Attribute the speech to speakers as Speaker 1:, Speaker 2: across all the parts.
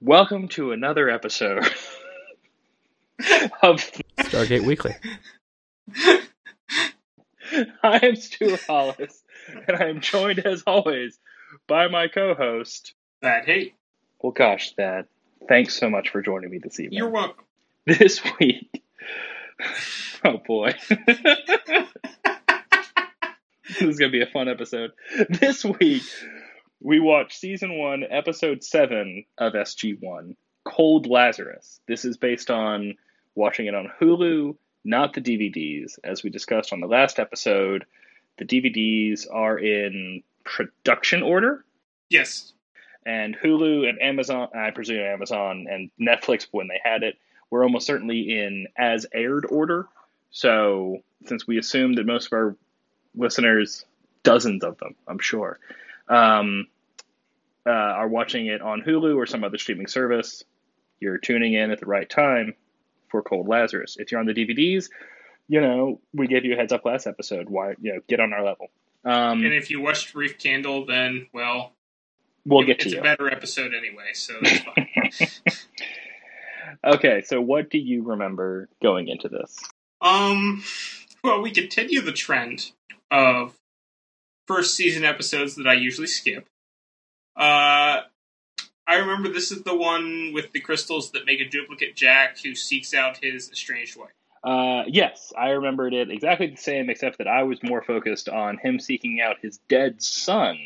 Speaker 1: Welcome to another episode of
Speaker 2: Stargate Weekly.
Speaker 1: I am Stu Hollis, and I am joined as always by my co-host.
Speaker 3: That hey,
Speaker 1: Well, gosh, Thad, thanks so much for joining me this evening.
Speaker 3: you're welcome.
Speaker 1: this week. Oh boy. this is going to be a fun episode. This week, we watched season one, episode seven of SG1 Cold Lazarus. This is based on watching it on Hulu, not the DVDs. As we discussed on the last episode, the DVDs are in production order
Speaker 3: Yes,
Speaker 1: and Hulu and Amazon, I presume Amazon and Netflix when they had it, were almost certainly in as aired order. So since we assume that most of our listeners, dozens of them, I'm sure, um, uh, are watching it on Hulu or some other streaming service, you're tuning in at the right time for Cold Lazarus. If you're on the DVDs, you know we gave you a heads up last episode. Why, you know, get on our level. Um,
Speaker 3: and if you watched Reef Candle, then well,
Speaker 1: we'll
Speaker 3: it-
Speaker 1: get to
Speaker 3: it's
Speaker 1: you.
Speaker 3: a better episode anyway, so that's fine.
Speaker 1: Okay, so what do you remember going into this?
Speaker 3: um, well, we continue the trend of first season episodes that I usually skip. Uh, I remember this is the one with the crystals that make a duplicate Jack who seeks out his estranged wife.
Speaker 1: Uh, yes, I remembered it exactly the same, except that I was more focused on him seeking out his dead son,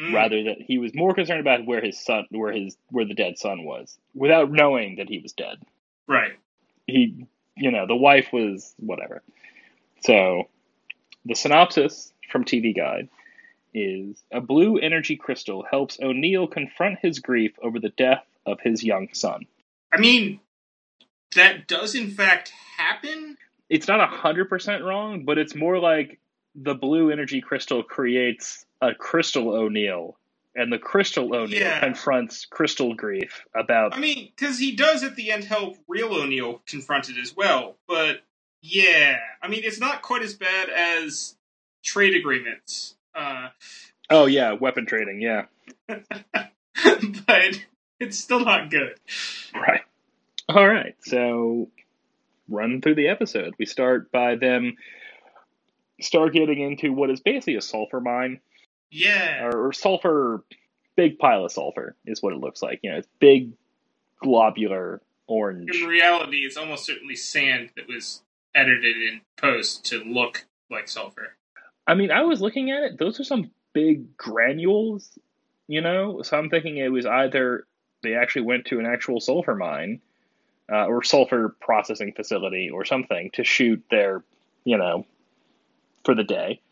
Speaker 3: Mm,
Speaker 1: rather that he was more concerned about where his son, where his, where the dead son was, without knowing that he was dead.
Speaker 3: right.
Speaker 1: He, you know, the wife was whatever. So, the synopsis from TV Guide is: a blue energy crystal helps O'Neill confront his grief over the death of his young son.
Speaker 3: I mean, that does in fact happen.
Speaker 1: it's not a hundred percent wrong, but it's more like the blue energy crystal creates a crystal O'Neill, and the crystal O'Neill
Speaker 3: Yeah.
Speaker 1: confronts crystal grief about.
Speaker 3: I mean, because he does at the end help real O'Neill confront it as well. But yeah, I mean, it's not quite as bad as trade agreements. Uh,
Speaker 1: oh yeah, weapon trading. Yeah,
Speaker 3: but it's still not good.
Speaker 1: right. All right, so run through the episode. We start by them start getting into what is basically a sulfur mine
Speaker 3: Yeah.
Speaker 1: or, or sulfur, big pile of sulfur is what it looks like. You know, it's big, globular orange.
Speaker 3: In reality, it's almost certainly sand that was edited in post to look like sulfur.
Speaker 1: I mean, I was looking at it. Those are some big granules, you know? So I'm thinking it was either they actually went to an actual sulfur mine uh, or sulfur processing facility or something to shoot their, you know, for the day,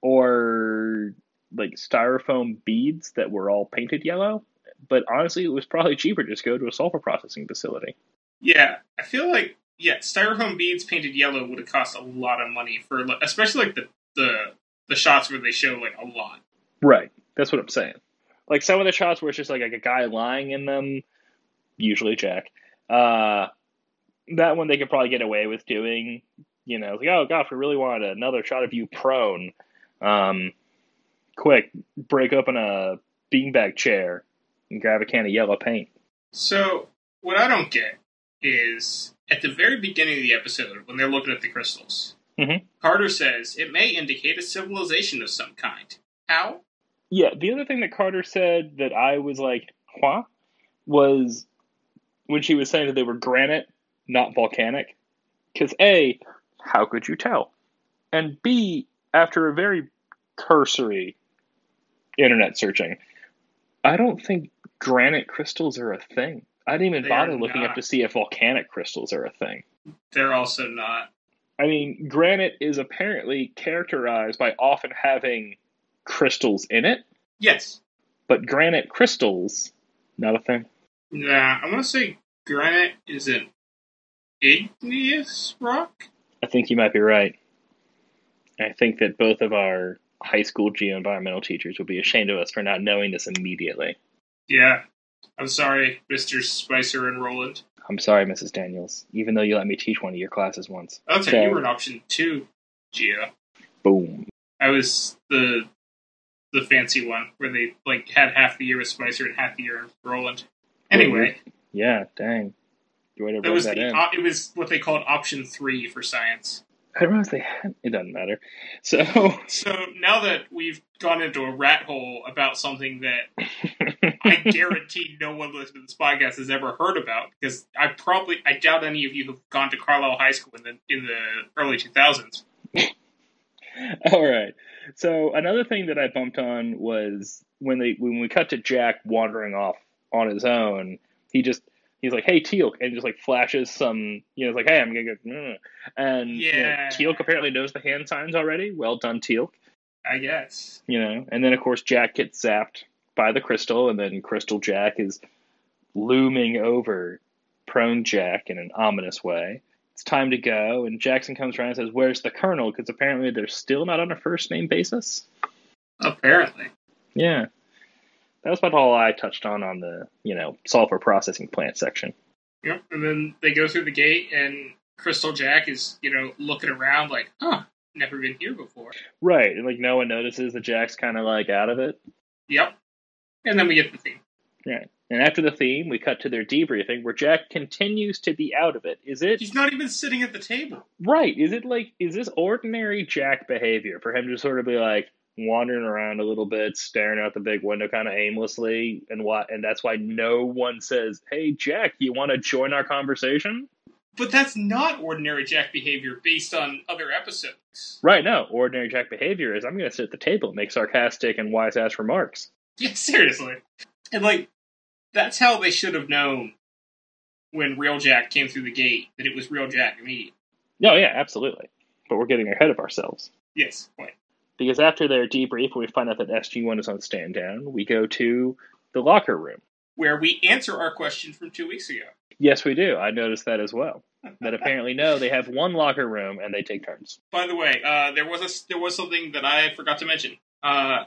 Speaker 1: or like styrofoam beads that were all painted yellow. But honestly, it was probably cheaper to just go to a sulfur processing facility.
Speaker 3: Yeah, I feel like yeah, styrofoam beads painted yellow would have cost a lot of money for, like, especially like the the the shots where they show like a lot.
Speaker 1: Right. That's what I'm saying. Like some of the shots where it's just like a guy lying in them, usually Jack. Uh, that one they could probably get away with doing. You know, it's like oh god, if we really wanted another shot of you prone, um, quick break open a beanbag chair and grab a can of yellow paint.
Speaker 3: So what I don't get is at the very beginning of the episode when they're looking at the crystals,
Speaker 1: Mhm.
Speaker 3: Carter says it may indicate a civilization of some kind. How?
Speaker 1: Yeah, the other thing that Carter said that I was like, huh, was when she was saying that they were granite, not volcanic. Because A, how could you tell? And B, after a very cursory internet searching, I don't think granite crystals are a thing. I didn't even
Speaker 3: They
Speaker 1: bother
Speaker 3: are
Speaker 1: looking up
Speaker 3: not.
Speaker 1: to see if volcanic crystals are a thing.
Speaker 3: They're also not.
Speaker 1: I mean, granite is apparently characterized by often having crystals in it
Speaker 3: Yes.
Speaker 1: but granite crystals not a thing
Speaker 3: Nah, I want to say granite is an igneous rock.
Speaker 1: i think you might be right i think that both of our high school geoenvironmental teachers would be ashamed of us for not knowing this immediately
Speaker 3: Yeah. I'm sorry, Mr. Spicer and Roland.
Speaker 1: i'm sorry mrs daniels even though you let me teach one of your classes once
Speaker 3: Okay,
Speaker 1: So-
Speaker 3: you were an option two, Geo.
Speaker 1: boom
Speaker 3: I was the the fancy one where they like had half the year with Spicer and half the year with Roland. Anyway,
Speaker 1: Yeah, dang. Do I ever
Speaker 3: that
Speaker 1: rub
Speaker 3: was
Speaker 1: that
Speaker 3: the
Speaker 1: in?
Speaker 3: op- it was what they called option three for science.
Speaker 1: I realize they had. It doesn't matter. So
Speaker 3: So now that we've gone into a rat hole about something that I guarantee no one listening to this podcast has ever heard about, because I probably I doubt any of you have gone to Carlisle High School in the in the early two thousands.
Speaker 1: All right. So another thing that I bumped on was when they when we cut to Jack wandering off on his own. He just he's like, "Hey, Teal'c," and just like flashes some. You know, it's like, "Hey, I'm gonna go," "Mm." and you know,
Speaker 3: Yeah.
Speaker 1: Teal'c apparently knows the hand signs already. Well done, Teal'c.
Speaker 3: I guess.
Speaker 1: You know, and then of course Jack gets zapped by the crystal, and then Crystal Jack is looming over prone Jack in an ominous way. It's time to go, and Jackson comes around and says, "Where's the Colonel?" Because apparently they're still not on a first name basis.
Speaker 3: Apparently.
Speaker 1: Yeah. That was about all I touched on on the, you know, sulfur processing plant section.
Speaker 3: Yep. And then they go through the gate and Crystal Jack is, you know, looking around like, huh, never been here before.
Speaker 1: Right. And like no one notices that Jack's kind of like out of it.
Speaker 3: Yep. And then we get the theme.
Speaker 1: And after the theme, we cut to their debriefing where Jack continues to be out of it. Is it
Speaker 3: He's not even sitting at the table.
Speaker 1: right? Is it like is this ordinary Jack behavior for him to sort of be like wandering around a little bit, staring out the big window kind of aimlessly and what and that's why no one says, "Hey Jack, you want to join our conversation?"
Speaker 3: But that's not ordinary Jack behavior based on other episodes.
Speaker 1: Right, no. Ordinary Jack behavior is I'm going to sit at the table and make sarcastic and wise ass remarks.
Speaker 3: Yeah, seriously. And like that's how they should have known when Real Jack came through the gate that it was Real Jack immediately.
Speaker 1: No, yeah, absolutely. But we're getting ahead of ourselves.
Speaker 3: Yes, point.
Speaker 1: Because after their debrief, we find out that SG1 is on stand down. We go to the locker room.
Speaker 3: Where we answer our question from two weeks ago.
Speaker 1: Yes, we do. I noticed that as well. That apparently, no, they have one locker room and they take turns.
Speaker 3: By the way, uh, there was a, there was something that I forgot to mention uh,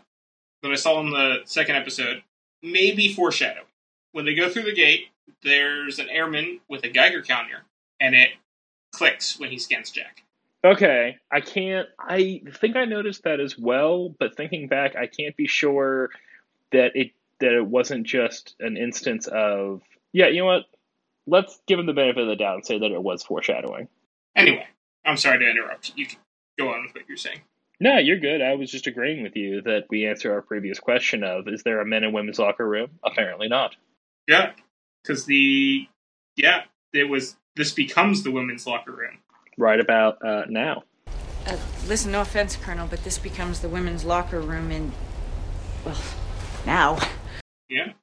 Speaker 3: that I saw in the second episode. Maybe foreshadowing. When they go through the gate, there's an airman with a Geiger counter, and it clicks when he scans Jack.
Speaker 1: Okay, I can't. I think I noticed that as well, but thinking back, I can't be sure that it that it wasn't just an instance of yeah. You know what? Let's give him the benefit of the doubt and say that it was foreshadowing.
Speaker 3: Anyway, I'm sorry to interrupt. You can go on with what you're saying.
Speaker 1: No, you're good. I was just agreeing with you that we answer our previous question of is there a men and women's locker room? Apparently not.
Speaker 3: Yeah, because the yeah, it was this becomes the women's locker room.
Speaker 1: Right about uh, now.
Speaker 2: Uh, listen, no offense, Colonel, but this becomes the women's locker room in. Well, now.
Speaker 3: Yeah.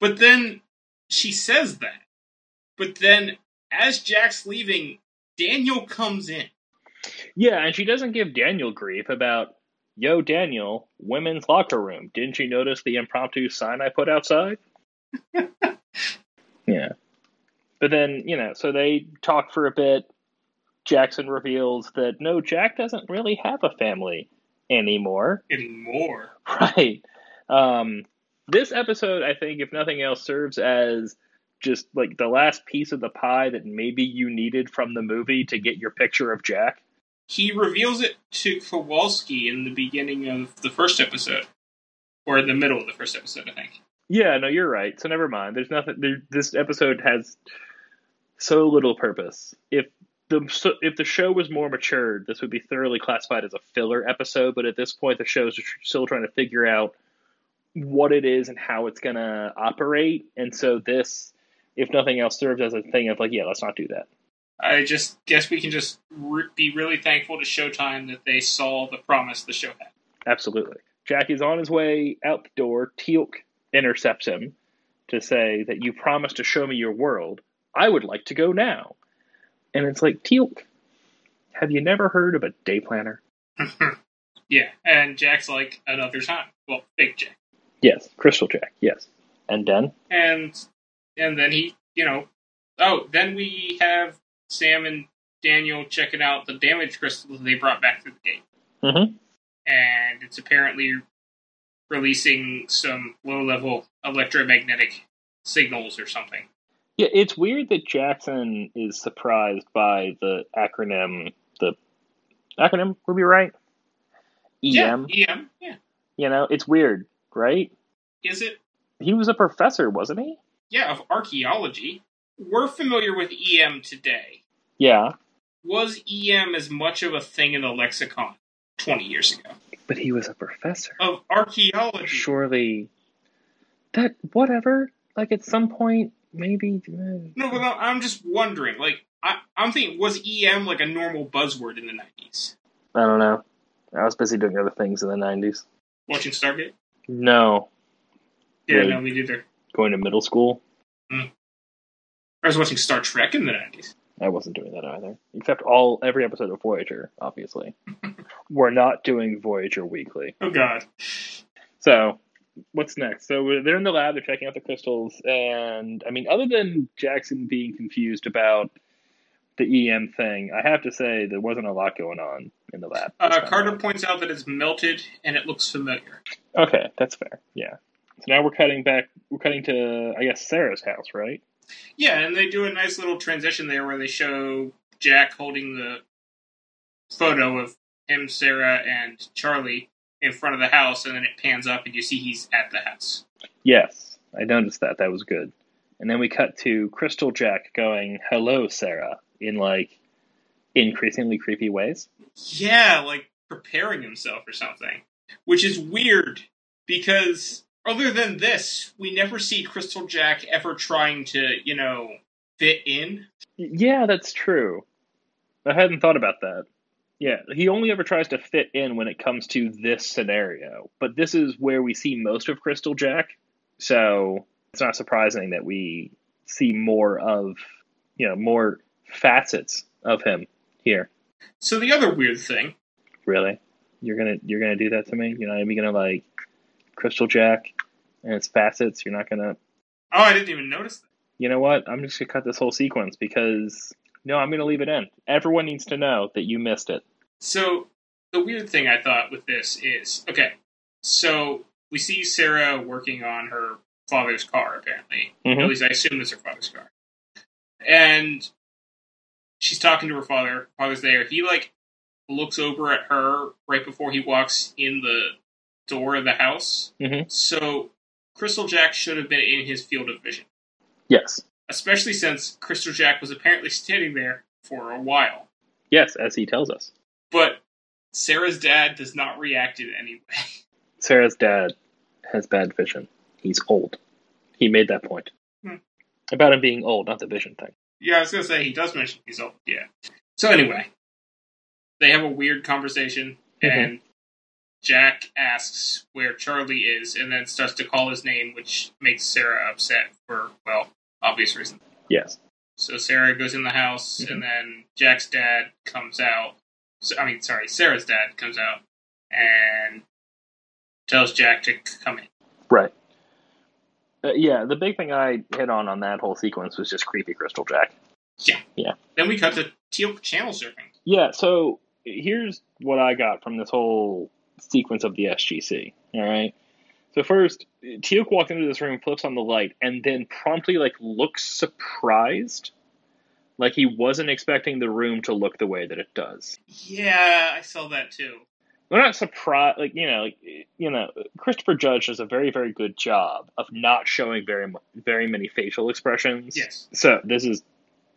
Speaker 3: But then she says that. But then as Jack's leaving, Daniel comes in.
Speaker 1: Yeah, and she doesn't give Daniel grief about, yo, Daniel, women's locker room. Didn't you notice the impromptu sign I put outside? yeah. But then, you know, so they talk for a bit. Jackson reveals that, no, Jack doesn't really have a family anymore.
Speaker 3: And more.
Speaker 1: Right. Um, this episode, I think, if nothing else, serves as just like the last piece of the pie that maybe you needed from the movie to get your picture of Jack.
Speaker 3: He reveals it to Kowalski in the beginning of the first episode. Or in the middle of the first episode, I think.
Speaker 1: Yeah, no, you're right. So never mind. There's nothing. There, this episode has so little purpose. If the so, if the show was more matured, this would be thoroughly classified as a filler episode. But at this point, the show is still trying to figure out what it is and how it's gonna operate. And so this, if nothing else, serves as a thing of like, yeah, let's not do that.
Speaker 3: I just guess we can just re- be really thankful to Showtime that they saw the promise the show had.
Speaker 1: Absolutely. Jack is on his way out the door. Teal'c intercepts him to say that you promised to show me your world. I would like to go now. And it's like, Teal'c, have you never heard of a day planner?
Speaker 3: yeah, and Jack's like, another time. Well, fake Jack.
Speaker 1: Yes, Crystal Jack, yes. And then?
Speaker 3: and and then he you know oh then we have sam and daniel checking out the damaged crystals they brought back through the gate
Speaker 1: Mhm.
Speaker 3: and it's apparently releasing some low level electromagnetic signals or something
Speaker 1: Yeah, it's weird that Jackson is surprised by the acronym. The acronym would be right? E EM.
Speaker 3: yeah em yeah
Speaker 1: You know, it's weird, right?
Speaker 3: is it
Speaker 1: He was a professor, wasn't he?
Speaker 3: yeah, of archaeology. We're familiar with EM today.
Speaker 1: Yeah,
Speaker 3: Was EM as much of a thing in the lexicon 20 years ago?
Speaker 1: but he was a professor.
Speaker 3: Of archaeology.
Speaker 1: Surely, that whatever. Like at some point, maybe. uh,
Speaker 3: No, but I- I'm just wondering. Like, I, I'm thinking, was EM like a normal buzzword in the 90s?
Speaker 1: I don't know. I was busy doing other things in the nineties.
Speaker 3: Watching Stargate?
Speaker 1: No,
Speaker 3: Yeah,
Speaker 1: Really?
Speaker 3: no, me neither.
Speaker 1: going to middle school.
Speaker 3: I was watching Star Trek in the 90s.
Speaker 1: I wasn't doing that either. Except all every episode of Voyager, obviously. We're not doing Voyager weekly.
Speaker 3: Oh, God.
Speaker 1: So, what's next? So they're in the lab. They're checking out the crystals, and I mean, other than Jackson being confused about the EM thing, I have to say there wasn't a lot going on in the lab.
Speaker 3: Uh, Carter points out that it's melted and it looks familiar.
Speaker 1: Okay, that's fair. Yeah. So now we're cutting back. We're cutting to I guess Sarah's house, right?
Speaker 3: Yeah, and they do a nice little transition there where they show Jack holding the photo of him, Sarah, and Charlie in front of the house, and then it pans up and you see he's at the house.
Speaker 1: Yes, I noticed that. That was good. And then we cut to Crystal Jack going, "Hello, Sarah," in like increasingly creepy ways.
Speaker 3: Yeah, like preparing himself or something. Which is weird because other than this, we never see Crystal Jack ever trying to, you know, fit in.
Speaker 1: Y- Yeah, that's true. I hadn't thought about that. Yeah, he only ever tries to fit in when it comes to this scenario. But this is where we see most of Crystal Jack, so it's not surprising that we see more of, you know, more facets of him here.
Speaker 3: So the other weird thing
Speaker 1: Really? You're going to you're going to do that to me? You're not even going to like Crystal Jack and its facets. You're not going to
Speaker 3: Oh, I didn't even notice that.
Speaker 1: you know what? I'm just going to cut this whole sequence because no, I'm going to leave it in. Everyone needs to know that you missed it.
Speaker 3: So the weird thing I thought with this is okay. So we see Sarah working on her father's car, apparently.
Speaker 1: Mhm.
Speaker 3: At least I assume it's her father's car. And she's talking to her father. Father's there. He like looks over at her right before he walks in the door of the house.
Speaker 1: Mhm.
Speaker 3: So Crystal Jack should have been in his field of vision,
Speaker 1: Yes.
Speaker 3: especially since Crystal Jack was apparently standing there for a while.
Speaker 1: Yes, as he tells us.
Speaker 3: But Sarah's dad does not react in any way.
Speaker 1: Sarah's dad has bad vision. He's old. He made that point.
Speaker 3: Hmm.
Speaker 1: About him being old, not the vision thing.
Speaker 3: Yeah, I was gonna say he does mention he's old. Yeah. So anyway, they have a weird conversation,
Speaker 1: Mhm.
Speaker 3: and Jack asks where Charlie is, and then starts to call his name, which makes Sarah upset for well obvious reasons.
Speaker 1: Yes.
Speaker 3: So Sarah goes in the house, and then Jack's dad comes out. So, I mean, sorry, Sarah's dad comes out and tells Jack to c- come in.
Speaker 1: Right. Uh, yeah, the big thing I hit on on that whole sequence was just creepy Crystal Jack.
Speaker 3: Then we cut to teal channel surfing.
Speaker 1: Yeah, so here's what I got from this whole sequence of the SGC. All right. So first, Teal'c walks into this room, flips on the light, and then promptly like looks surprised, like he wasn't expecting the room to look the way that it does.
Speaker 3: Yeah, I saw that too.
Speaker 1: we're not surprised like you know like, you know christopher judge does a very very good job of not showing very mu- very many facial expressions
Speaker 3: Yes.
Speaker 1: so this is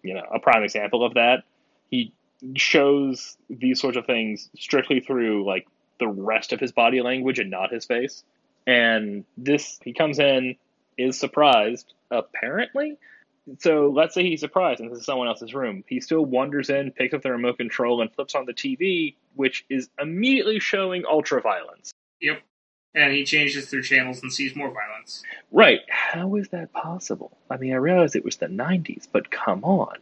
Speaker 1: you know a prime example of that he shows these sorts of things strictly through like the rest of his body language and not his face and this he comes in is surprised apparently so let's say he's surprised and this is someone else's room. He still wanders in, picks up the remote control, and flips on the TV, which is immediately showing ultra violence.
Speaker 3: And he changes through channels and sees more violence.
Speaker 1: Right. How is that possible? I mean, I realize it was the 90s, but come on.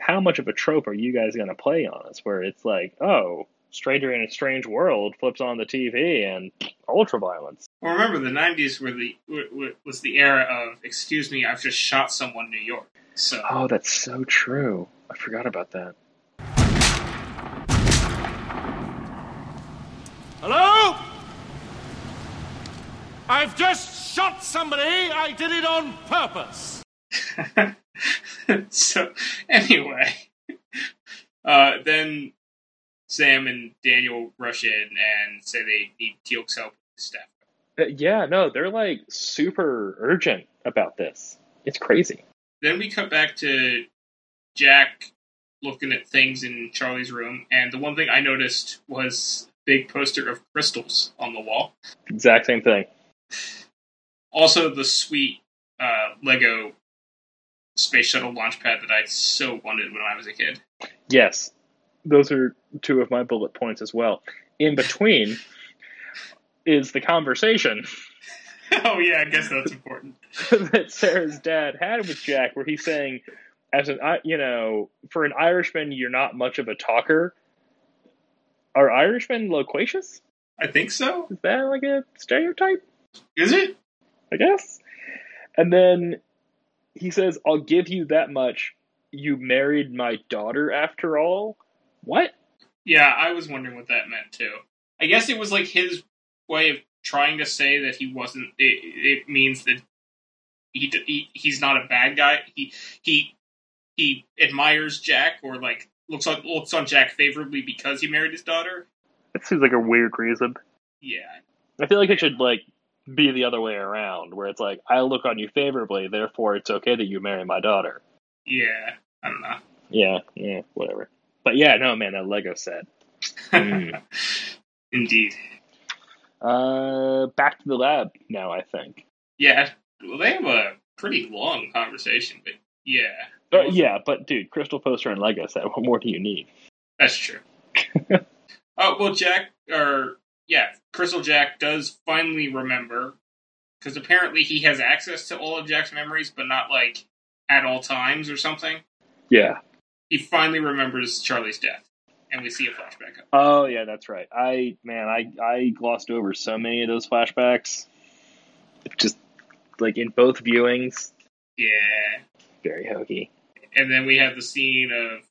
Speaker 1: How much of a trope are you guys going to play on us where it's like, oh, stranger in a strange world flips on the TV and ultra violence?
Speaker 3: Well, remember the '90s were the w- w- was the era of "Excuse me, I've just shot someone, in New York." So
Speaker 1: Oh, that's so true. I forgot about that.
Speaker 4: Hello? I've just shot somebody. I did it on purpose.
Speaker 3: so anyway, uh, then Sam and Daniel rush in and say they need Teal'c's help with the stuff.
Speaker 1: Uh, Yeah, no, they're like super urgent about this. It's crazy.
Speaker 3: Then we cut back to Jack looking at things in Charlie's room, and the one thing I noticed was a big poster of crystals on the wall.
Speaker 1: Exact same thing.
Speaker 3: Also, the sweet uh, Lego space shuttle launch pad that I so wanted when I was a kid.
Speaker 1: Yes, those are two of my bullet points as well. In between is the conversation
Speaker 3: oh yeah, I guess that's important.
Speaker 1: that Sarah's dad had with Jack, where he's saying, as an I, you know, for an Irishman, you're not much of a talker. Are Irishmen loquacious?
Speaker 3: I think so.
Speaker 1: Is that like a stereotype?
Speaker 3: Is it?
Speaker 1: I guess. And then he says, I'll give you that much. You married my daughter after all? What?
Speaker 3: Yeah, I was wondering what that meant too. I guess it was like his way of trying to say that he wasn't. It, it means that he, d- he he's not a bad guy. He he he admires Jack or like looks on looks on Jack favorably because he married his daughter.
Speaker 1: That seems like a weird reason.
Speaker 3: Yeah,
Speaker 1: I feel like it should like be the other way around, where it's like, I look on you favorably, therefore it's okay that you marry my daughter.
Speaker 3: yeah. I don't know.
Speaker 1: Yeah, yeah, whatever. But yeah, no man, that Lego set. Mm.
Speaker 3: Indeed.
Speaker 1: Uh back to the lab now, I think.
Speaker 3: Yeah. Well, they have a pretty long conversation, but yeah,
Speaker 1: Uh, yeah, but dude, crystal poster and Lego set, what more do you need?
Speaker 3: That's true. uh, well, Jack, or yeah, Crystal Jack does finally remember because apparently he has access to all of Jack's memories, but not like at all times or something.
Speaker 1: Yeah.
Speaker 3: He finally remembers Charlie's death, and we see a flashback. Up.
Speaker 1: Oh yeah, that's right. I man, I I glossed over so many of those flashbacks. Just like in both viewings,
Speaker 3: Yeah,
Speaker 1: very hokey.
Speaker 3: and then we have the scene of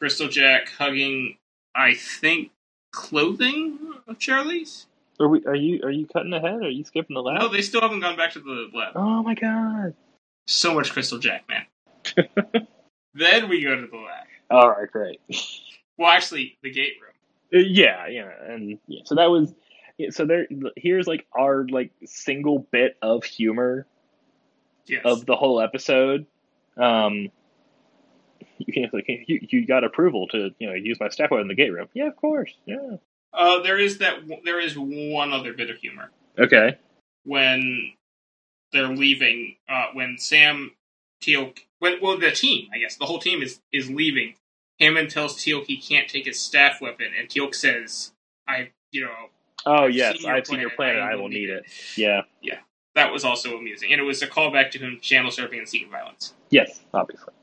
Speaker 3: Crystal Jack hugging, I think, clothing of Charlie's.
Speaker 1: Are we? Are you? Are you cutting ahead? Are you skipping the lab?
Speaker 3: No, they still haven't gone back to the lab.
Speaker 1: oh my god!
Speaker 3: So much Crystal Jack, man. then we go to the lab.
Speaker 1: All right, great.
Speaker 3: Well, actually, the gate room.
Speaker 1: Uh, yeah, yeah, and yeah. So that was. Yeah, so there, here's like our like single bit of humor
Speaker 3: Yes.
Speaker 1: of the whole episode. Um, you can't like you, you got approval to you know use my stepladder in the gate room. Yeah, of course. Yeah.
Speaker 3: uh, there is that. w- There is one other bit of humor
Speaker 1: Okay.
Speaker 3: when they're leaving. Uh, when Sam Teal, when well, the team, I guess, the whole team is is leaving. Hammond tells Teal he can't take his staff weapon, and Teal says, "I, you know,
Speaker 1: Oh
Speaker 3: I've
Speaker 1: yes,
Speaker 3: seen your
Speaker 1: I've seen your planet. I will need it. Yeah.
Speaker 3: that was also amusing." And it was a callback to him channel surfing and seeking violence.
Speaker 1: Yes, obviously.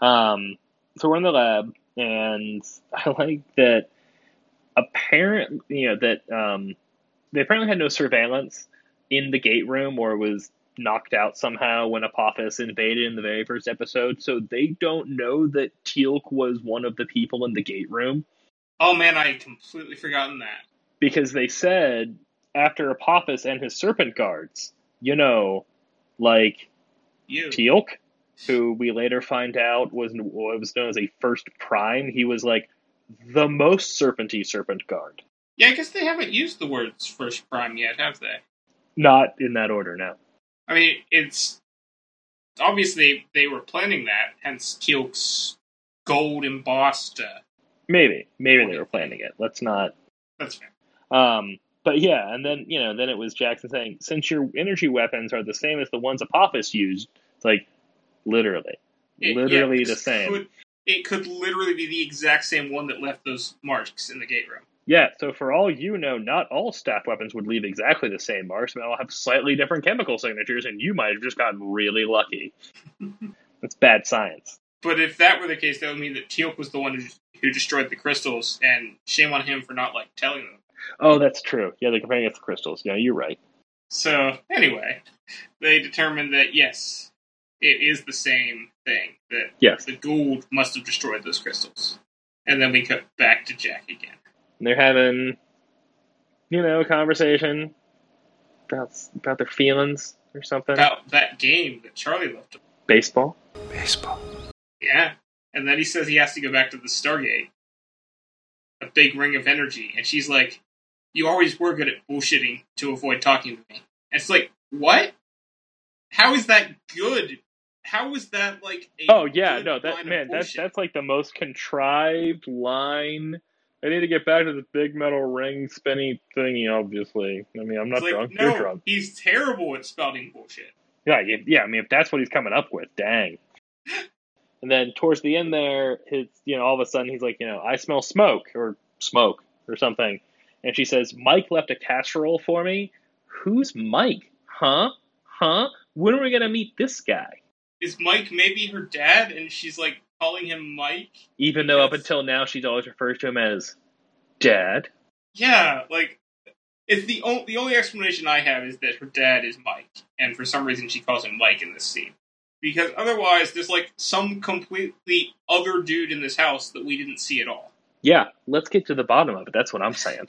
Speaker 1: Um, so we're in the lab, and I like that. Apparently, you know that um, they apparently had no surveillance in the gate room, or was knocked out somehow when Apophis invaded in the very first episode. So they don't know that Teal'c was one of the people in the gate room
Speaker 3: Oh man, I had completely forgotten that.
Speaker 1: because they said after Apophis and his serpent guards, you know, like
Speaker 3: You.
Speaker 1: Teal'c, who we later find out was what was known as a first prime. He was like the most serpenty serpent guard.
Speaker 3: Yeah, I guess they haven't used the words first prime yet, have they?
Speaker 1: Not in that order now.
Speaker 3: I mean, it's obviously they were planning that, hence Teal'c's gold embossed. Uh,
Speaker 1: Maybe, maybe they were planning it. Let's not.
Speaker 3: that's fair.
Speaker 1: Um, but yeah, and then you know, then it was Jackson saying, since your energy weapons are the same as the ones Apophis used, it's like literally,
Speaker 3: It-
Speaker 1: literally
Speaker 3: yeah,
Speaker 1: the same.
Speaker 3: Could, it could literally be the exact same one that left those marks in the gate room.
Speaker 1: Yeah, so for all you know, not all staff weapons would leave exactly the same marks, but I'll have slightly different chemical signatures, and you might have just gotten really lucky. That's bad science.
Speaker 3: But if that were the case, that would mean that Teal'c was the one who, who destroyed the crystals, and shame on him for not like telling them.
Speaker 1: Oh, that's true. Yeah, they're comparing it to crystals. Yeah, you're right.
Speaker 3: So anyway, they determined that yes, it is the same thing. That
Speaker 1: Yes.
Speaker 3: the gold must have destroyed those crystals, and then we cut back to Jack again.
Speaker 1: And they're having, you know, a conversation about, about their feelings or something.
Speaker 3: about that game that Charlie left him.
Speaker 1: Baseball.
Speaker 3: Yeah. And then he says he has to go back to the Stargate. A big ring of energy. And she's like, You always were good at bullshitting to avoid talking to me. And it's like, What? How is that good? How was that like? A
Speaker 1: Oh yeah,
Speaker 3: good
Speaker 1: no,
Speaker 3: line
Speaker 1: that
Speaker 3: of
Speaker 1: man, that's
Speaker 3: bullshit?
Speaker 1: that's like the most contrived line. I need to get back to the big metal ring spinny thingy. Obviously, I mean, I'm not
Speaker 3: It's like,
Speaker 1: drunk.
Speaker 3: no,
Speaker 1: You're drunk.
Speaker 3: he's terrible at spouting bullshit.
Speaker 1: Yeah, yeah, yeah. I mean, if that's what he's coming up with, dang. And then towards the end there, his you know all of a sudden he's like, you know, I smell smoke or smoke or something, and she says, Mike left a casserole for me. Who's Mike? Huh? Huh? When are we gonna meet this guy?
Speaker 3: Is Mike maybe her dad, and she's like calling him Mike?
Speaker 1: Even though up
Speaker 3: Yes.
Speaker 1: until now she's always referred to him as Dad.
Speaker 3: Yeah, like it's the only the only explanation I have is that her dad is Mike, and for some reason she calls him Mike in this scene. Because otherwise, there's like some completely other dude in this house that we didn't see at all.
Speaker 1: Yeah, let's get to the bottom of it. That's what I'm saying.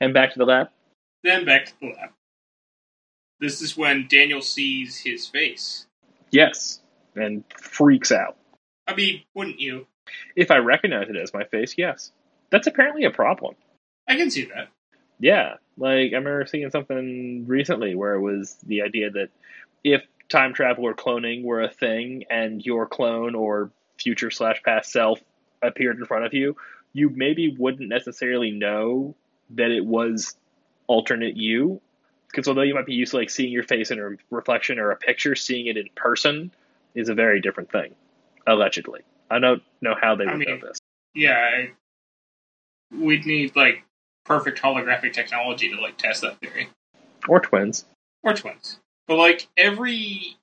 Speaker 1: and back to the lab.
Speaker 3: Then back to the lab. This is when Daniel sees his face.
Speaker 1: Yes, and freaks out.
Speaker 3: I mean, wouldn't you?
Speaker 1: If I recognize it as my face, yes. That's apparently a problem.
Speaker 3: I can see that.
Speaker 1: Yeah, like I remember seeing something recently where it was the idea that if time travel or cloning were a thing, and your clone or future slash past self appeared in front of you, you maybe wouldn't necessarily know that it was alternate you. Because although you might be used to like seeing your face in a reflection or a picture, seeing it in person is a very different thing, allegedly. I don't know how they would
Speaker 3: I mean-
Speaker 1: know this.
Speaker 3: Yeah, I, we'd need like perfect holographic technology to like test that theory.
Speaker 1: Or twins.
Speaker 3: or twins. But like every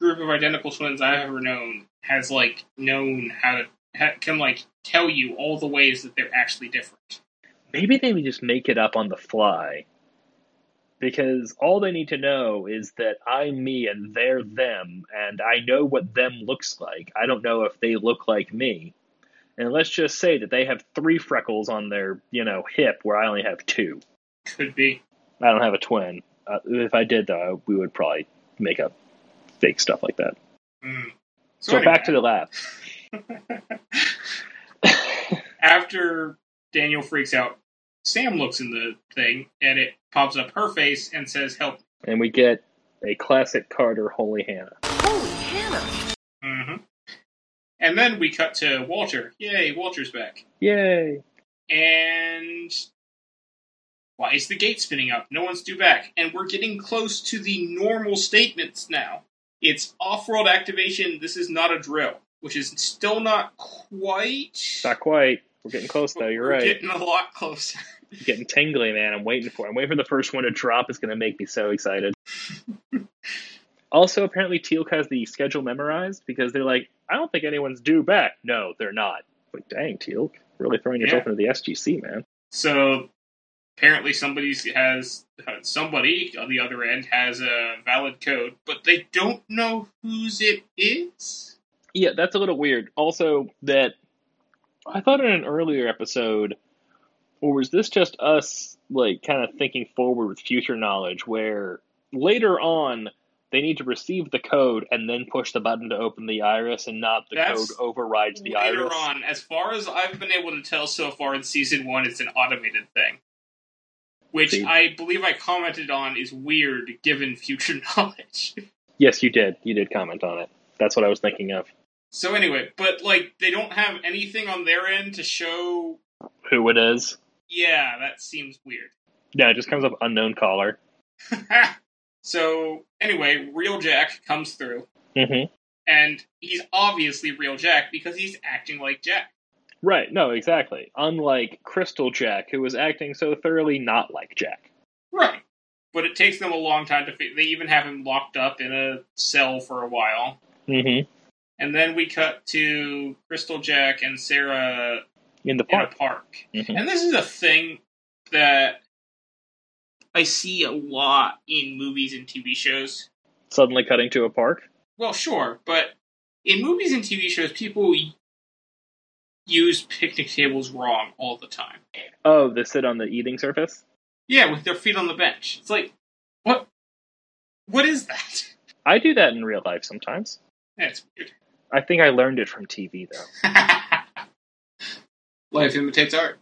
Speaker 3: group of identical twins I've ever known has like known how to ha- can like tell you all the ways that they're actually different.
Speaker 1: maybe they would just make it up on the fly because all they need to know is that I'm me and they're them, and I know what them looks like. I don't know if they look like me. And let's just say that they have three freckles on their, you know, hip, where I only have two.
Speaker 3: Could be.
Speaker 1: I don't have a twin. Uh, if I did, though, we would probably make up fake stuff like that.
Speaker 3: Mm.
Speaker 1: So, back to the lab.
Speaker 3: after Daniel freaks out. Sam looks in the thing and it pops up her face and says, "Help."
Speaker 1: and we get a classic Carter Holy Hannah.
Speaker 2: Holy Hannah!
Speaker 3: hmm And then we cut to Walter. Yay, Walter's back.
Speaker 1: Yay!
Speaker 3: And why is the gate spinning up? No one's due back. And we're getting close to the normal statements now. It's off world activation. This is not a drill, which is still not quite.
Speaker 1: Not quite. We're getting close, though. You're
Speaker 3: We're
Speaker 1: right.
Speaker 3: Getting a lot closer.
Speaker 1: getting tingly, man. I'm waiting for. it. I'm waiting for the first one to drop. It's gonna make me so excited. also, apparently, Teal'c has the schedule memorized because they're like, I don't think anyone's due back. No, they're not. Like, dang, Teal'c, really throwing yourself into the SGC, man.
Speaker 3: So apparently, somebody has somebody on the other end has a valid code, but they don't know whose it is.
Speaker 1: Yeah, that's a little weird. Also, that I thought in an earlier episode, or was this just us like kind of thinking forward with future knowledge, where later on they need to receive the code and then push the button to open the iris, and not the
Speaker 3: That's
Speaker 1: code overrides the
Speaker 3: Later
Speaker 1: iris.
Speaker 3: on, as far as I've been able to tell so far in season one, it's an automated thing, which
Speaker 1: See.
Speaker 3: I believe I commented on is weird given future knowledge.
Speaker 1: Yes, you did. You did comment on it. That's what I was thinking of.
Speaker 3: so anyway, but like they don't have anything on their end to show.
Speaker 1: Who it is?
Speaker 3: Yeah, that seems weird.
Speaker 1: No, it just comes up unknown caller.
Speaker 3: so anyway, real Jack comes through,
Speaker 1: hmm
Speaker 3: and he's obviously real Jack because he's acting like Jack.
Speaker 1: Right. No, exactly. Unlike Crystal Jack, who was acting so thoroughly not like Jack.
Speaker 3: Right. But it takes them a long time to. Fi- they even have him locked up in a cell for a while.
Speaker 1: hmm
Speaker 3: And then we cut to Crystal Jack and Sarah
Speaker 1: In the
Speaker 3: in
Speaker 1: park.
Speaker 3: a park.
Speaker 1: Mhm.
Speaker 3: And this is a thing that I see a lot in movies and TV shows.
Speaker 1: Suddenly cutting to a park.
Speaker 3: Well, sure, but in movies and TV shows, people y- use picnic tables wrong all the time.
Speaker 1: Oh, they sit on the eating surface.
Speaker 3: Yeah, with their feet on the bench. It's like, what? What is that?
Speaker 1: I do that in real life sometimes.
Speaker 3: That's weird.
Speaker 1: I think I learned it from TV though.
Speaker 3: Life imitates art.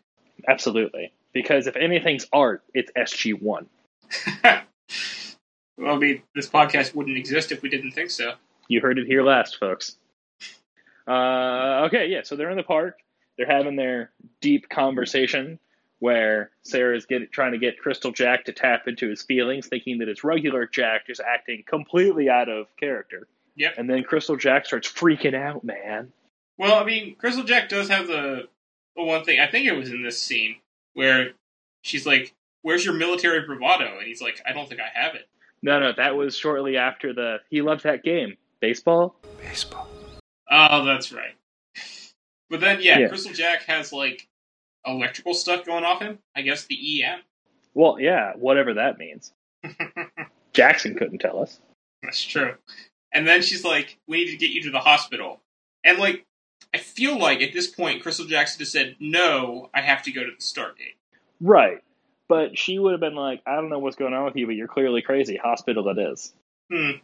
Speaker 1: Absolutely. Because if anything's art, it's SG1.
Speaker 3: Well, I mean, this podcast wouldn't exist if we didn't think so.
Speaker 1: You heard it here last, folks. Uh, okay, yeah. So they're in the park. They're having their deep conversation where Sarah's get, trying to get Crystal Jack to tap into his feelings, thinking that it's regular Jack just acting completely out of character.
Speaker 3: Yep.
Speaker 1: And then Crystal Jack starts freaking out, man.
Speaker 3: Well, I mean, Crystal Jack does have the, the one thing. I think it was in this scene where she's like, "Where's your military bravado?" And he's like, "I don't think I have it."
Speaker 1: No, no, that was shortly after the he loved that game baseball.
Speaker 5: Baseball.
Speaker 3: Oh, that's right. but then, yeah,
Speaker 1: Yeah.
Speaker 3: Crystal Jack has like electrical stuff going off him. I guess the E EM.
Speaker 1: Well, yeah, whatever that means. Jackson couldn't tell us.
Speaker 3: That's true. And then she's like, "We need to get you to the hospital." And like, I feel like at this point, Crystal Jackson just said, "No, I have to go to the Stargate."
Speaker 1: Right. But she would have been like, I don't know what's going on with you, but you're clearly crazy. Hospital that is.
Speaker 3: Hmm.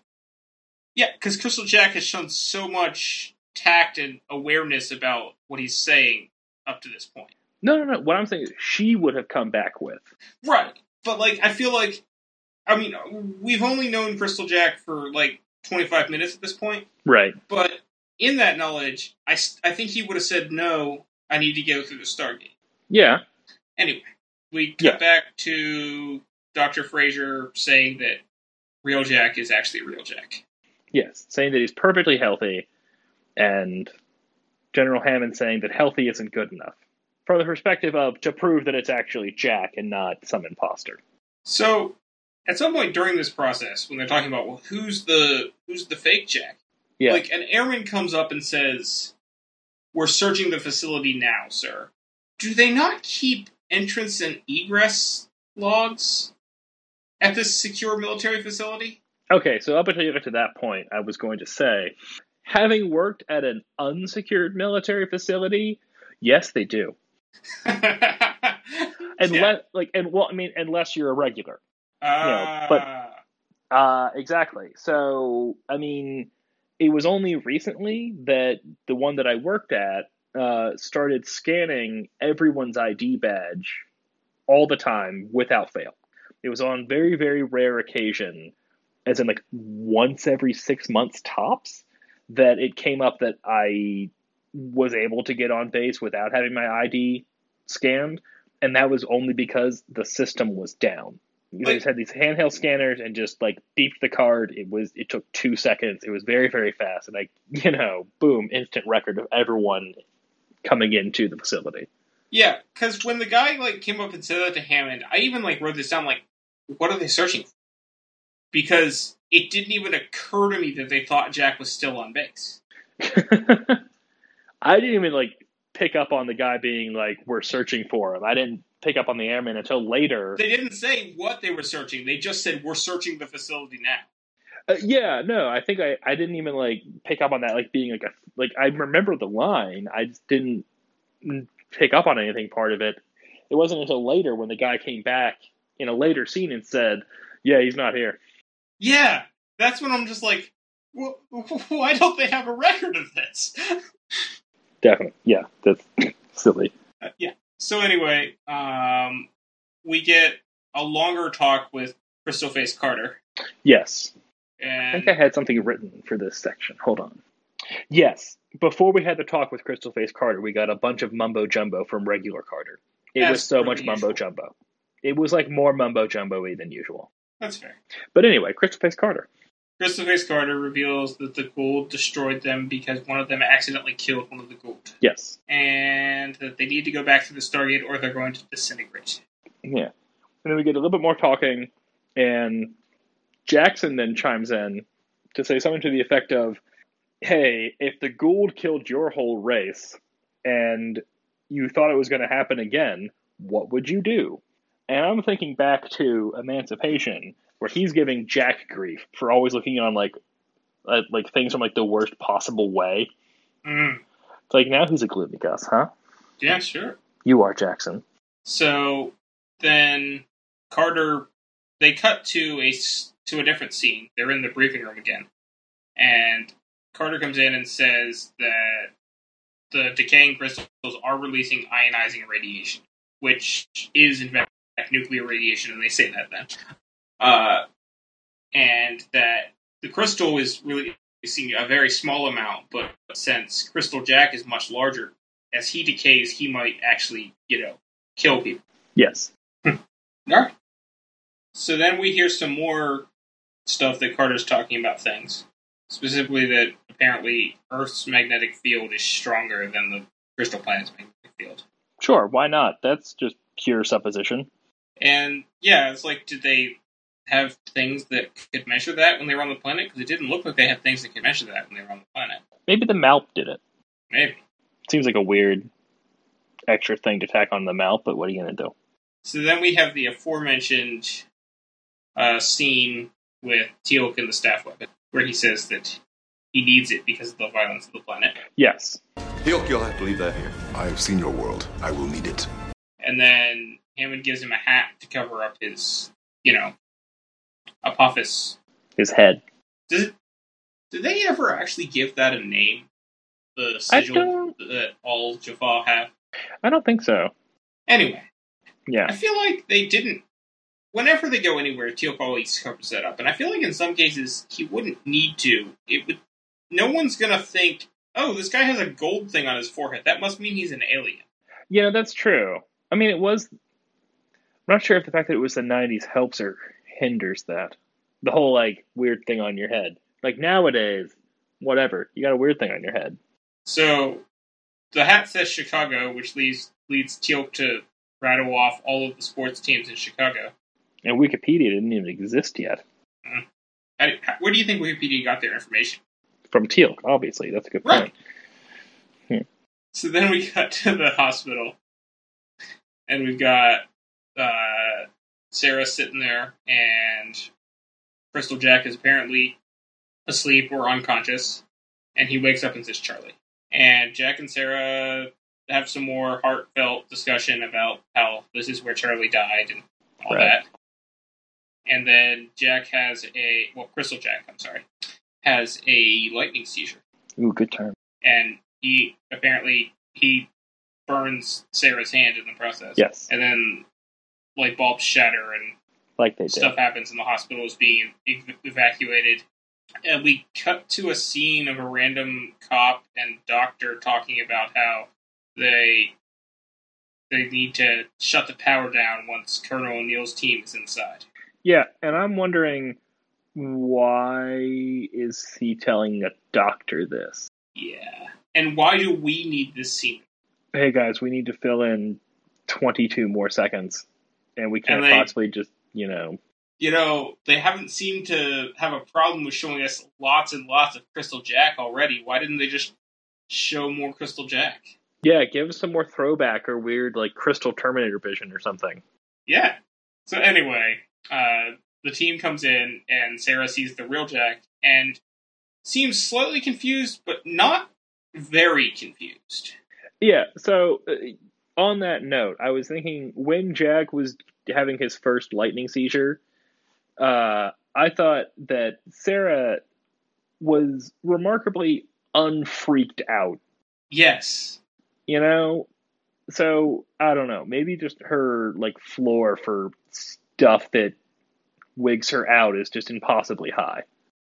Speaker 3: Yeah, because Crystal Jack has shown so much tact and awareness about what he's saying up to this point.
Speaker 1: No, no, no. What I'm saying is she would have come back with.
Speaker 3: Right. But like I feel like I mean we've only known Crystal Jack for like 25 minutes at this point,
Speaker 1: Right.
Speaker 3: but in that knowledge, I s- I think he would have said no, I need to go through the Stargate.
Speaker 1: Yeah.
Speaker 3: Anyway, we cut
Speaker 1: Yeah.
Speaker 3: back to Dr. Fraser saying that real Jack is actually real Jack.
Speaker 1: Yes. Saying that he's perfectly healthy and General Hammond saying that healthy isn't good enough. From the perspective of to prove that it's actually Jack and not some imposter.
Speaker 3: So, at some point during this process when they're talking about well, who's the who's the fake Jack?
Speaker 1: Yeah.
Speaker 3: Like an airman comes up and says, "We're searching the facility now, sir." Do they not keep entrance and egress logs at this secure military facility?
Speaker 1: Okay, so up until you get to that point, I was going to say, having worked at an unsecured military facility, yes, they do. Unless,
Speaker 3: Yeah.
Speaker 1: like, and well, I mean, unless you're a regular.
Speaker 3: Ah,
Speaker 1: Uh, exactly. So, I mean, it was only recently that the one that I worked at uh, started scanning everyone's ID badge all the time without fail. It was on very, very rare occasion, as in like once every six months tops, that it came up that I was able to get on base without having my ID scanned. And that was only because the system was down. They
Speaker 3: Like-
Speaker 1: just had these handheld scanners and just like beeped the card. It was it took two seconds. It was very very fast, and like you know, boom, instant record of everyone coming into the facility.
Speaker 3: yeah, because when the guy like came up and said that to Hammond, I even like wrote this down. Like, what are they searching for? Because it didn't even occur to me that they thought Jack was still on base.
Speaker 1: I didn't even like pick up on the guy being like, "We're searching for him." I didn't pick up on the airman until later.
Speaker 3: They didn't say what they were searching. They just said we're searching the facility now.
Speaker 1: Uh, yeah, no, I think I, I didn't even like pick up on that like being like a like I remember the line. I just didn't mm, pick up on anything part of it. It wasn't until later when the guy came back in a later scene and said, "Yeah, he's not here."
Speaker 3: Yeah, that's when I'm just like, "Wh- wh- why don't they have a record of this?
Speaker 1: Definitely. Yeah, that's silly.
Speaker 3: Uh, yeah. So anyway, um, we get a longer talk with Crystal Face Carter,
Speaker 1: Yes. I
Speaker 3: and
Speaker 1: think I had something written for this section. Hold on. Yes. Before we had the talk with Crystal Face Carter, we got a bunch of mumbo jumbo from regular Carter. It
Speaker 3: As
Speaker 1: was so
Speaker 3: per
Speaker 1: much
Speaker 3: usual.
Speaker 1: mumbo jumbo. It was like more mumbo jumbo y than usual.
Speaker 3: that's fair.
Speaker 1: But anyway, Crystal Face Carter.
Speaker 3: Crystal Face Carter reveals that the Gould destroyed them because one of them accidentally killed one of the Gould,
Speaker 1: Yes.
Speaker 3: and that they need to go back to the Stargate or they're going to disintegrate.
Speaker 1: Yeah. And then we get a little bit more talking, and Jackson then chimes in to say something to the effect of, Hey, if the Gould killed your whole race and you thought it was going to happen again, what would you do? And I'm thinking back to Emancipation, where he's giving Jack grief for always looking on like, at, like things from like the worst possible way.
Speaker 3: Mm.
Speaker 1: It's like now he's a gloomy Gus, huh?
Speaker 3: Yeah, sure.
Speaker 1: You are Jackson.
Speaker 3: So then Carter, they cut to a s- to a different scene. They're in the briefing room again, and Carter comes in and says that the decaying crystals are releasing ionizing radiation, which is in fact nuclear radiation, and they say that then. Uh, and that the crystal is really seeing a very small amount, but since Crystal Jack is much larger, as he decays, he might actually, you know, kill people.
Speaker 1: Yes.
Speaker 3: All right. So then we hear some more stuff that Carter's talking about things. Specifically, that apparently Earth's magnetic field is stronger than the crystal planet's magnetic field.
Speaker 1: Sure. Why not? That's just pure supposition.
Speaker 3: And yeah, it's like, did they have things that could measure that when they were on the planet? Because it didn't look like they had things that could measure that when they were on the planet.
Speaker 1: Maybe the Malp did it.
Speaker 3: Maybe.
Speaker 1: Seems like a weird extra thing to tack on the Malp, but what are you going to do?
Speaker 3: So then we have the aforementioned uh, scene with Teal'c and the staff weapon, where he says that he needs it because of the violence of the planet.
Speaker 1: Yes.
Speaker 5: Hilk, you'll have to leave that here.
Speaker 6: I have seen your world. I will need it.
Speaker 3: And then Hammond gives him a hat to cover up his, you know, Apophis.
Speaker 1: His head.
Speaker 3: Did, did they ever actually give that a name? The sigil
Speaker 1: don't-
Speaker 3: that all Jaffa have?
Speaker 1: I don't think so.
Speaker 3: Anyway, I
Speaker 1: Yeah.
Speaker 3: feel like they didn't. Whenever they go anywhere, Teal'c always covers that up, and I feel like in some cases he wouldn't need to. It would. No one's gonna think, "Oh, this guy has a gold thing on his forehead. That must mean he's an alien."
Speaker 1: Yeah, that's true. I mean, it was. I'm not sure if the fact that it was the 90s helps or hinders that. The whole, like, weird thing on your head. Like, nowadays, whatever. You got a weird thing on your head.
Speaker 3: So, the hat says Chicago, which leads leads Teal'c to rattle off all of the sports teams in Chicago.
Speaker 1: And Wikipedia didn't even exist yet.
Speaker 3: How do- how- where do you think Wikipedia got their information?
Speaker 1: From Teal'c, obviously. That's a good
Speaker 3: Right.
Speaker 1: point.
Speaker 3: So then we got to the hospital, and we've got uh, Sarah sitting there, and Crystal Jack is apparently asleep or unconscious, and he wakes up and says, "Charlie." And Jack and Sarah have some more heartfelt discussion about how this is where Charlie died and all
Speaker 1: Right.
Speaker 3: that. And then Jack has a well, Crystal Jack, I'm sorry, has a lightning seizure
Speaker 1: Ooh, good term.
Speaker 3: and he apparently he burns Sarah's hand in the process.
Speaker 1: Yes.
Speaker 3: And then light bulbs shatter and
Speaker 1: Like they did.
Speaker 3: stuff happens and the hospital is being ev- evacuated. And we cut to a scene of a random cop and doctor talking about how they they need to shut the power down once Colonel O'Neill's team is inside.
Speaker 1: Yeah, and I'm wondering why is he telling a doctor this?
Speaker 3: Yeah. And why do we need this scene?
Speaker 1: Hey guys, we need to fill in 22 more seconds, and we can't
Speaker 3: And they-
Speaker 1: possibly just you know.
Speaker 3: you know, they haven't seemed to have a problem with showing us lots and lots of Crystal Jack already. Why didn't they just show more Crystal Jack?
Speaker 1: Yeah, give us some more throwback or weird like Crystal Terminator vision or something.
Speaker 3: Yeah. So anyway, uh, the team comes in and Sarah sees the real Jack and seems slightly confused, but not very confused.
Speaker 1: Yeah. So uh, on that note, I was thinking when Jack was having his first lightning seizure, uh, I thought that Sarah was remarkably unfreaked out
Speaker 3: Yes.
Speaker 1: you know so i don't know maybe just her like floor for stuff that wigs her out is just impossibly high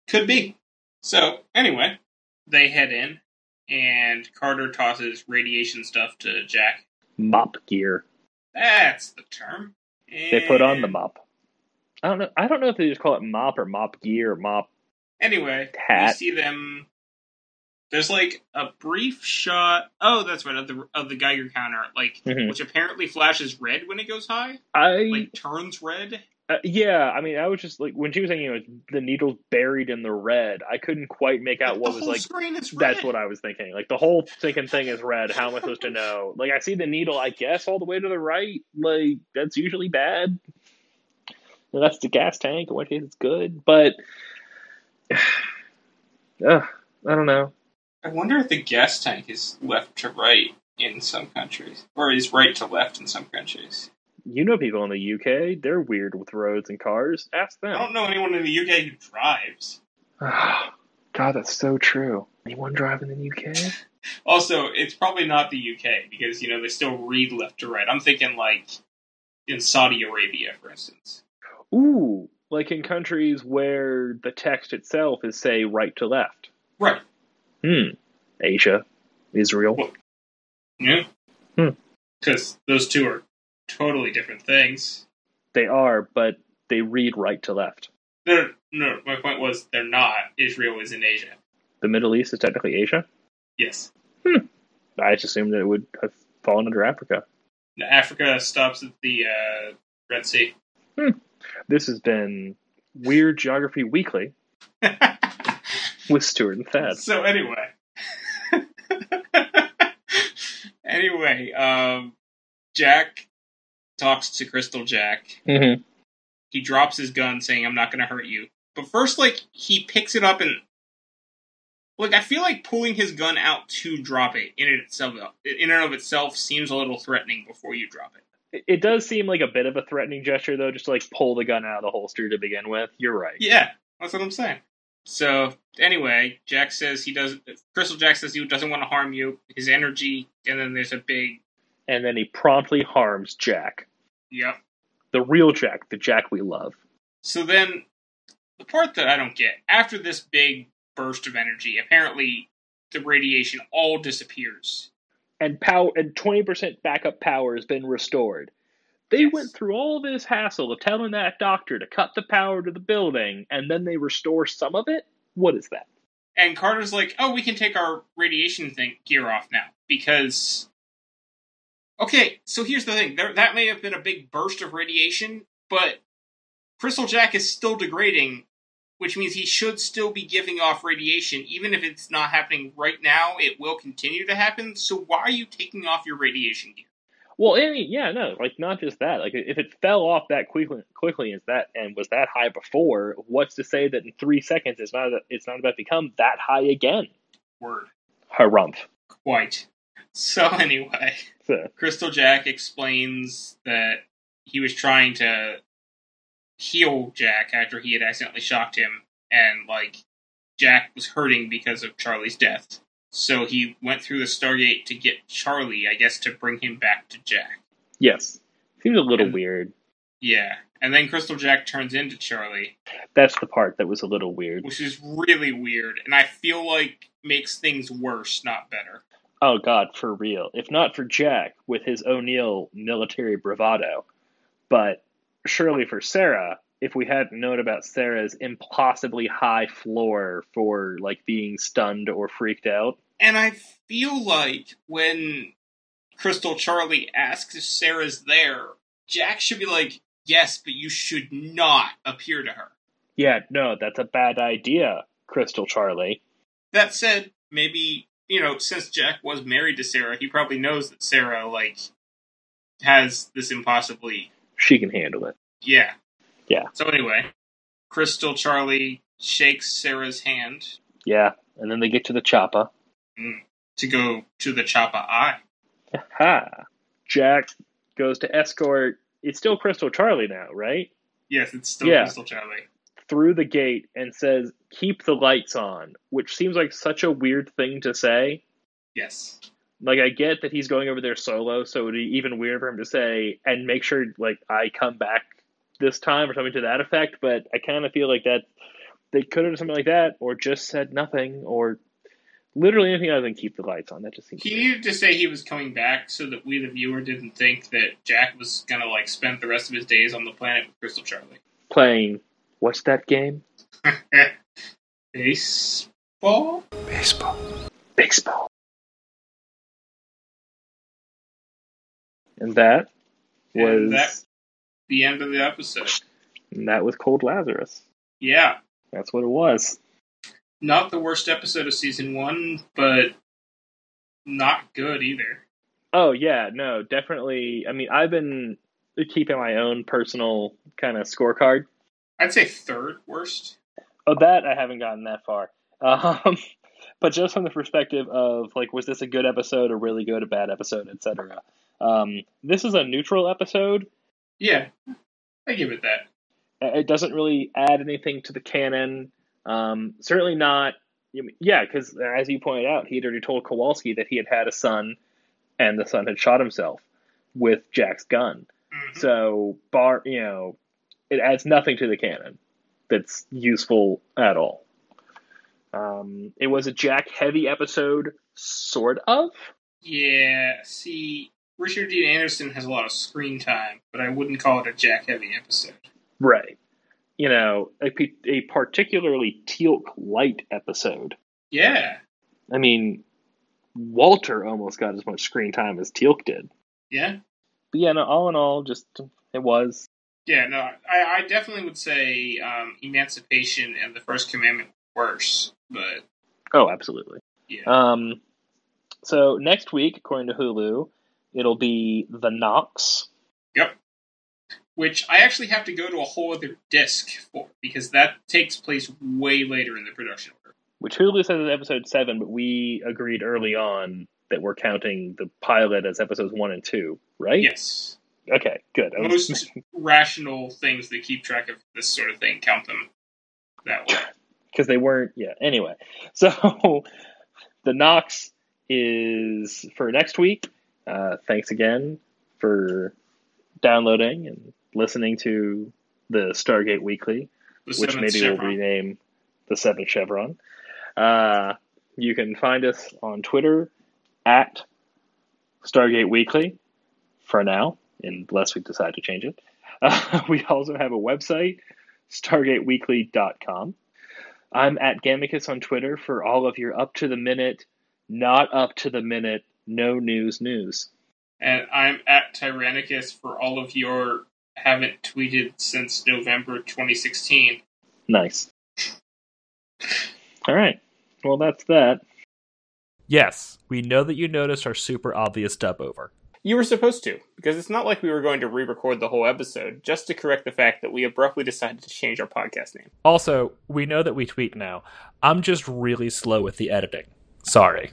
Speaker 3: Could be. So anyway, they head in and Carter tosses radiation stuff to Jack.
Speaker 1: mop gear
Speaker 3: That's the term.
Speaker 1: they put on the
Speaker 3: And-
Speaker 1: mop i don't know i don't know if they just call it mop or mop gear or mop
Speaker 3: Anyway, we
Speaker 1: Hat.
Speaker 3: see them. There's like a brief shot. Oh, that's right of the of the Geiger counter, like
Speaker 1: Mhm.
Speaker 3: which apparently flashes red when it goes high,
Speaker 1: i
Speaker 3: like turns red.
Speaker 1: uh, yeah i mean i was just like when she was saying you know the needle's buried in the red i couldn't quite make out
Speaker 3: Like,
Speaker 1: what
Speaker 3: the
Speaker 1: was
Speaker 3: whole
Speaker 1: like
Speaker 3: screen is red.
Speaker 1: that's what i was thinking like the whole thinking thing is red how am i supposed to know like i see the needle i guess all the way to the right like that's usually bad And that's the gas tank in which case it's good but Ugh, i don't know
Speaker 3: I wonder if the gas tank is left to right in some countries, or is right to left in some countries.
Speaker 1: you know people in the uk they're weird with roads and cars ask
Speaker 3: I don't
Speaker 1: them
Speaker 3: know anyone in the UK who drives.
Speaker 1: god that's so true anyone driving in the uk
Speaker 3: Also, it's probably not the UK because you know they still read left to right. I'm thinking like in Saudi Arabia, for instance.
Speaker 1: ooh like in countries where the text itself is say right to left.
Speaker 3: Right.
Speaker 1: Hmm. Asia, Israel.
Speaker 3: Yeah.
Speaker 1: Hmm.
Speaker 3: Because those two are totally different things.
Speaker 1: They are, but they read right to left.
Speaker 3: They're, no, my point was they're not. Israel is in Asia.
Speaker 1: The Middle East is technically Asia.
Speaker 3: Yes.
Speaker 1: I just assumed that it would have fallen under Africa.
Speaker 3: Africa stops at the uh, Red Sea.
Speaker 1: This has been Weird Geography Weekly with Stuart and Thad.
Speaker 3: So anyway, anyway, um, Jack talks to Crystal Jack.
Speaker 1: Mm-hmm.
Speaker 3: He drops his gun, saying, "I'm not going to hurt you." But first, like he picks it up and like I feel like pulling his gun out to drop it in and itself in and of itself seems a little threatening before you drop it.
Speaker 1: It does seem like a bit of a threatening gesture, though, just to like pull the gun out of the holster to begin with. You're right.
Speaker 3: Yeah, that's what I'm saying. So anyway, Jack says he does. Crystal Jack says he doesn't want to harm you. His energy, and then there's a big
Speaker 1: And then he promptly harms Jack,
Speaker 3: yep.
Speaker 1: the real Jack, the Jack we love.
Speaker 3: So then, the part that I don't get after this big burst of energy, apparently the radiation all disappears.
Speaker 1: and power and 20% backup power has been restored. They
Speaker 3: Yes.
Speaker 1: went through all this hassle of telling that doctor to cut the power to the building and then they restore some of it? What is that?
Speaker 3: And Carter's like, "Oh, we can take our radiation thing gear off now because." Okay, so here's the thing: there, that may have been a big burst of radiation, but Crystal Jack is still degrading, which means he should still be giving off radiation, even if it's not happening right now. It will continue to happen. So why are you taking off your radiation gear?
Speaker 1: Well, any yeah, no, like not just that. Like if it fell off that quickly, quickly as that and was that high before, what's to say that in three seconds it's not it's not about to become that high again?
Speaker 3: Word.
Speaker 1: Harumph.
Speaker 3: Quite. So anyway,
Speaker 1: So,
Speaker 3: Crystal Jack explains that he was trying to heal Jack after he had accidentally shocked him, and like Jack was hurting because of Charlie's death. So he went through the Stargate to get Charlie, I guess, to bring him back to Jack.
Speaker 1: yes, seems a little
Speaker 3: And-
Speaker 1: weird.
Speaker 3: Yeah. And then Crystal Jack turns into Charlie,
Speaker 1: That's the part that was a little weird.
Speaker 3: which is really weird, and I feel like makes things worse, not better.
Speaker 1: Oh God, for real. If not for Jack with his O'Neill military bravado, but surely for Sarah, if we hadn't known about Sarah's impossibly high floor for like being stunned or freaked out.
Speaker 3: And I feel like when Crystal Charlie asks if Sarah's there, Jack should be like, yes, but you should not appear to her.
Speaker 1: Yeah, no, that's a bad idea, Crystal Charlie.
Speaker 3: That said, maybe, you know, since Jack was married to Sarah, he probably knows that Sarah, like, has this impossibly.
Speaker 1: She can handle it.
Speaker 3: Yeah.
Speaker 1: Yeah.
Speaker 3: So anyway, Crystal Charlie shakes Sarah's hand
Speaker 1: Yeah, and then they get to the chopper.
Speaker 3: to go to the Choppa Eye.
Speaker 1: Ha! Jack goes to escort. It's still Crystal Charlie now, right?
Speaker 3: Yes, it's still
Speaker 1: Yeah.
Speaker 3: Crystal Charlie.
Speaker 1: through the gate and says, "Keep the lights on," which seems like such a weird thing to say.
Speaker 3: Yes.
Speaker 1: Like I get that he's going over there solo, so it'd be even weird for him to say, "And make sure like I come back this time" or something to that effect. But I kind of feel like that they could have done something like that, or just said nothing, or literally anything other than keep the lights on. That just seems.
Speaker 3: He
Speaker 1: weird.
Speaker 3: needed to say he was coming back so that we, the viewer, didn't think that Jack was gonna like spend the rest of his days on the planet with Crystal Charlie.
Speaker 1: Playing what's that game?
Speaker 3: Baseball.
Speaker 6: Baseball.
Speaker 1: Baseball. And that was
Speaker 3: And that- The end of the episode.
Speaker 1: and that was Cold Lazarus.
Speaker 3: Yeah,
Speaker 1: That's what it was.
Speaker 3: not the worst episode of season one, but not good either.
Speaker 1: Oh yeah, no, definitely. I mean, I've been keeping my own personal kind of scorecard.
Speaker 3: I'd say third worst.
Speaker 1: Oh, that I haven't gotten that far. Um, but just from the perspective of like, was this a good episode, a really good, a bad episode, etc. Um, this is a neutral episode.
Speaker 3: Yeah, I give it that.
Speaker 1: It doesn't really add anything to the canon. Um, certainly not. I mean, Yeah, because as you pointed out, he had already told Kowalski that he had had a son, and the son had shot himself with Jack's gun.
Speaker 3: Mhm.
Speaker 1: So, bar, you know, it adds nothing to the canon that's useful at all. Um, it was a Jack heavy episode, sort of.
Speaker 3: Yeah, see, Richard Dean Anderson has a lot of screen time, but I wouldn't call it a Jack Heavy episode.
Speaker 1: Right. You know, a, p- a particularly Teal'c light episode.
Speaker 3: Yeah,
Speaker 1: I mean, Walter almost got as much screen time as Teal'c did.
Speaker 3: yeah,
Speaker 1: But yeah, no, all in all, just it was
Speaker 3: yeah. No, I, I definitely would say um, Emancipation and the First Commandment were worse, but
Speaker 1: Oh, absolutely.
Speaker 3: Yeah.
Speaker 1: Um, so next week, according to Hulu, it'll be The Knox.
Speaker 3: which I actually have to go to a whole other disc for because that takes place way later in the production order.
Speaker 1: which Hulu says is episode seven, but we agreed early on that we're counting the pilot as episodes one and two, right?
Speaker 3: Yes,
Speaker 1: Okay, good. I was-
Speaker 3: most rational things that keep track of this sort of thing count them that way.
Speaker 1: because they weren't. Yeah. Anyway, so the Knox is for next week. Uh, thanks again for downloading and listening to the Stargate Weekly,
Speaker 3: The
Speaker 1: which
Speaker 3: seventh
Speaker 1: maybe
Speaker 3: chevron.
Speaker 1: will rename the Seventh Chevron. Uh, you can find us on Twitter at Stargate Weekly for now, unless we decide to change it. Uh, we also have a website, stargateweekly.com. I'm at Gamicus on Twitter for all of your up to the minute, not up to the minute, no news news.
Speaker 3: And I'm at Tyrannicus for all of your haven't tweeted since November 2016.
Speaker 1: Nice. All right. Well, that's that.
Speaker 7: Yes, we know that you noticed our super obvious dub over.
Speaker 8: You were supposed to, because it's not like we were going to re record the whole episode just to correct the fact that we abruptly decided to change our podcast name.
Speaker 7: Also, we know that we tweet now. I'm just really slow with the editing. Sorry.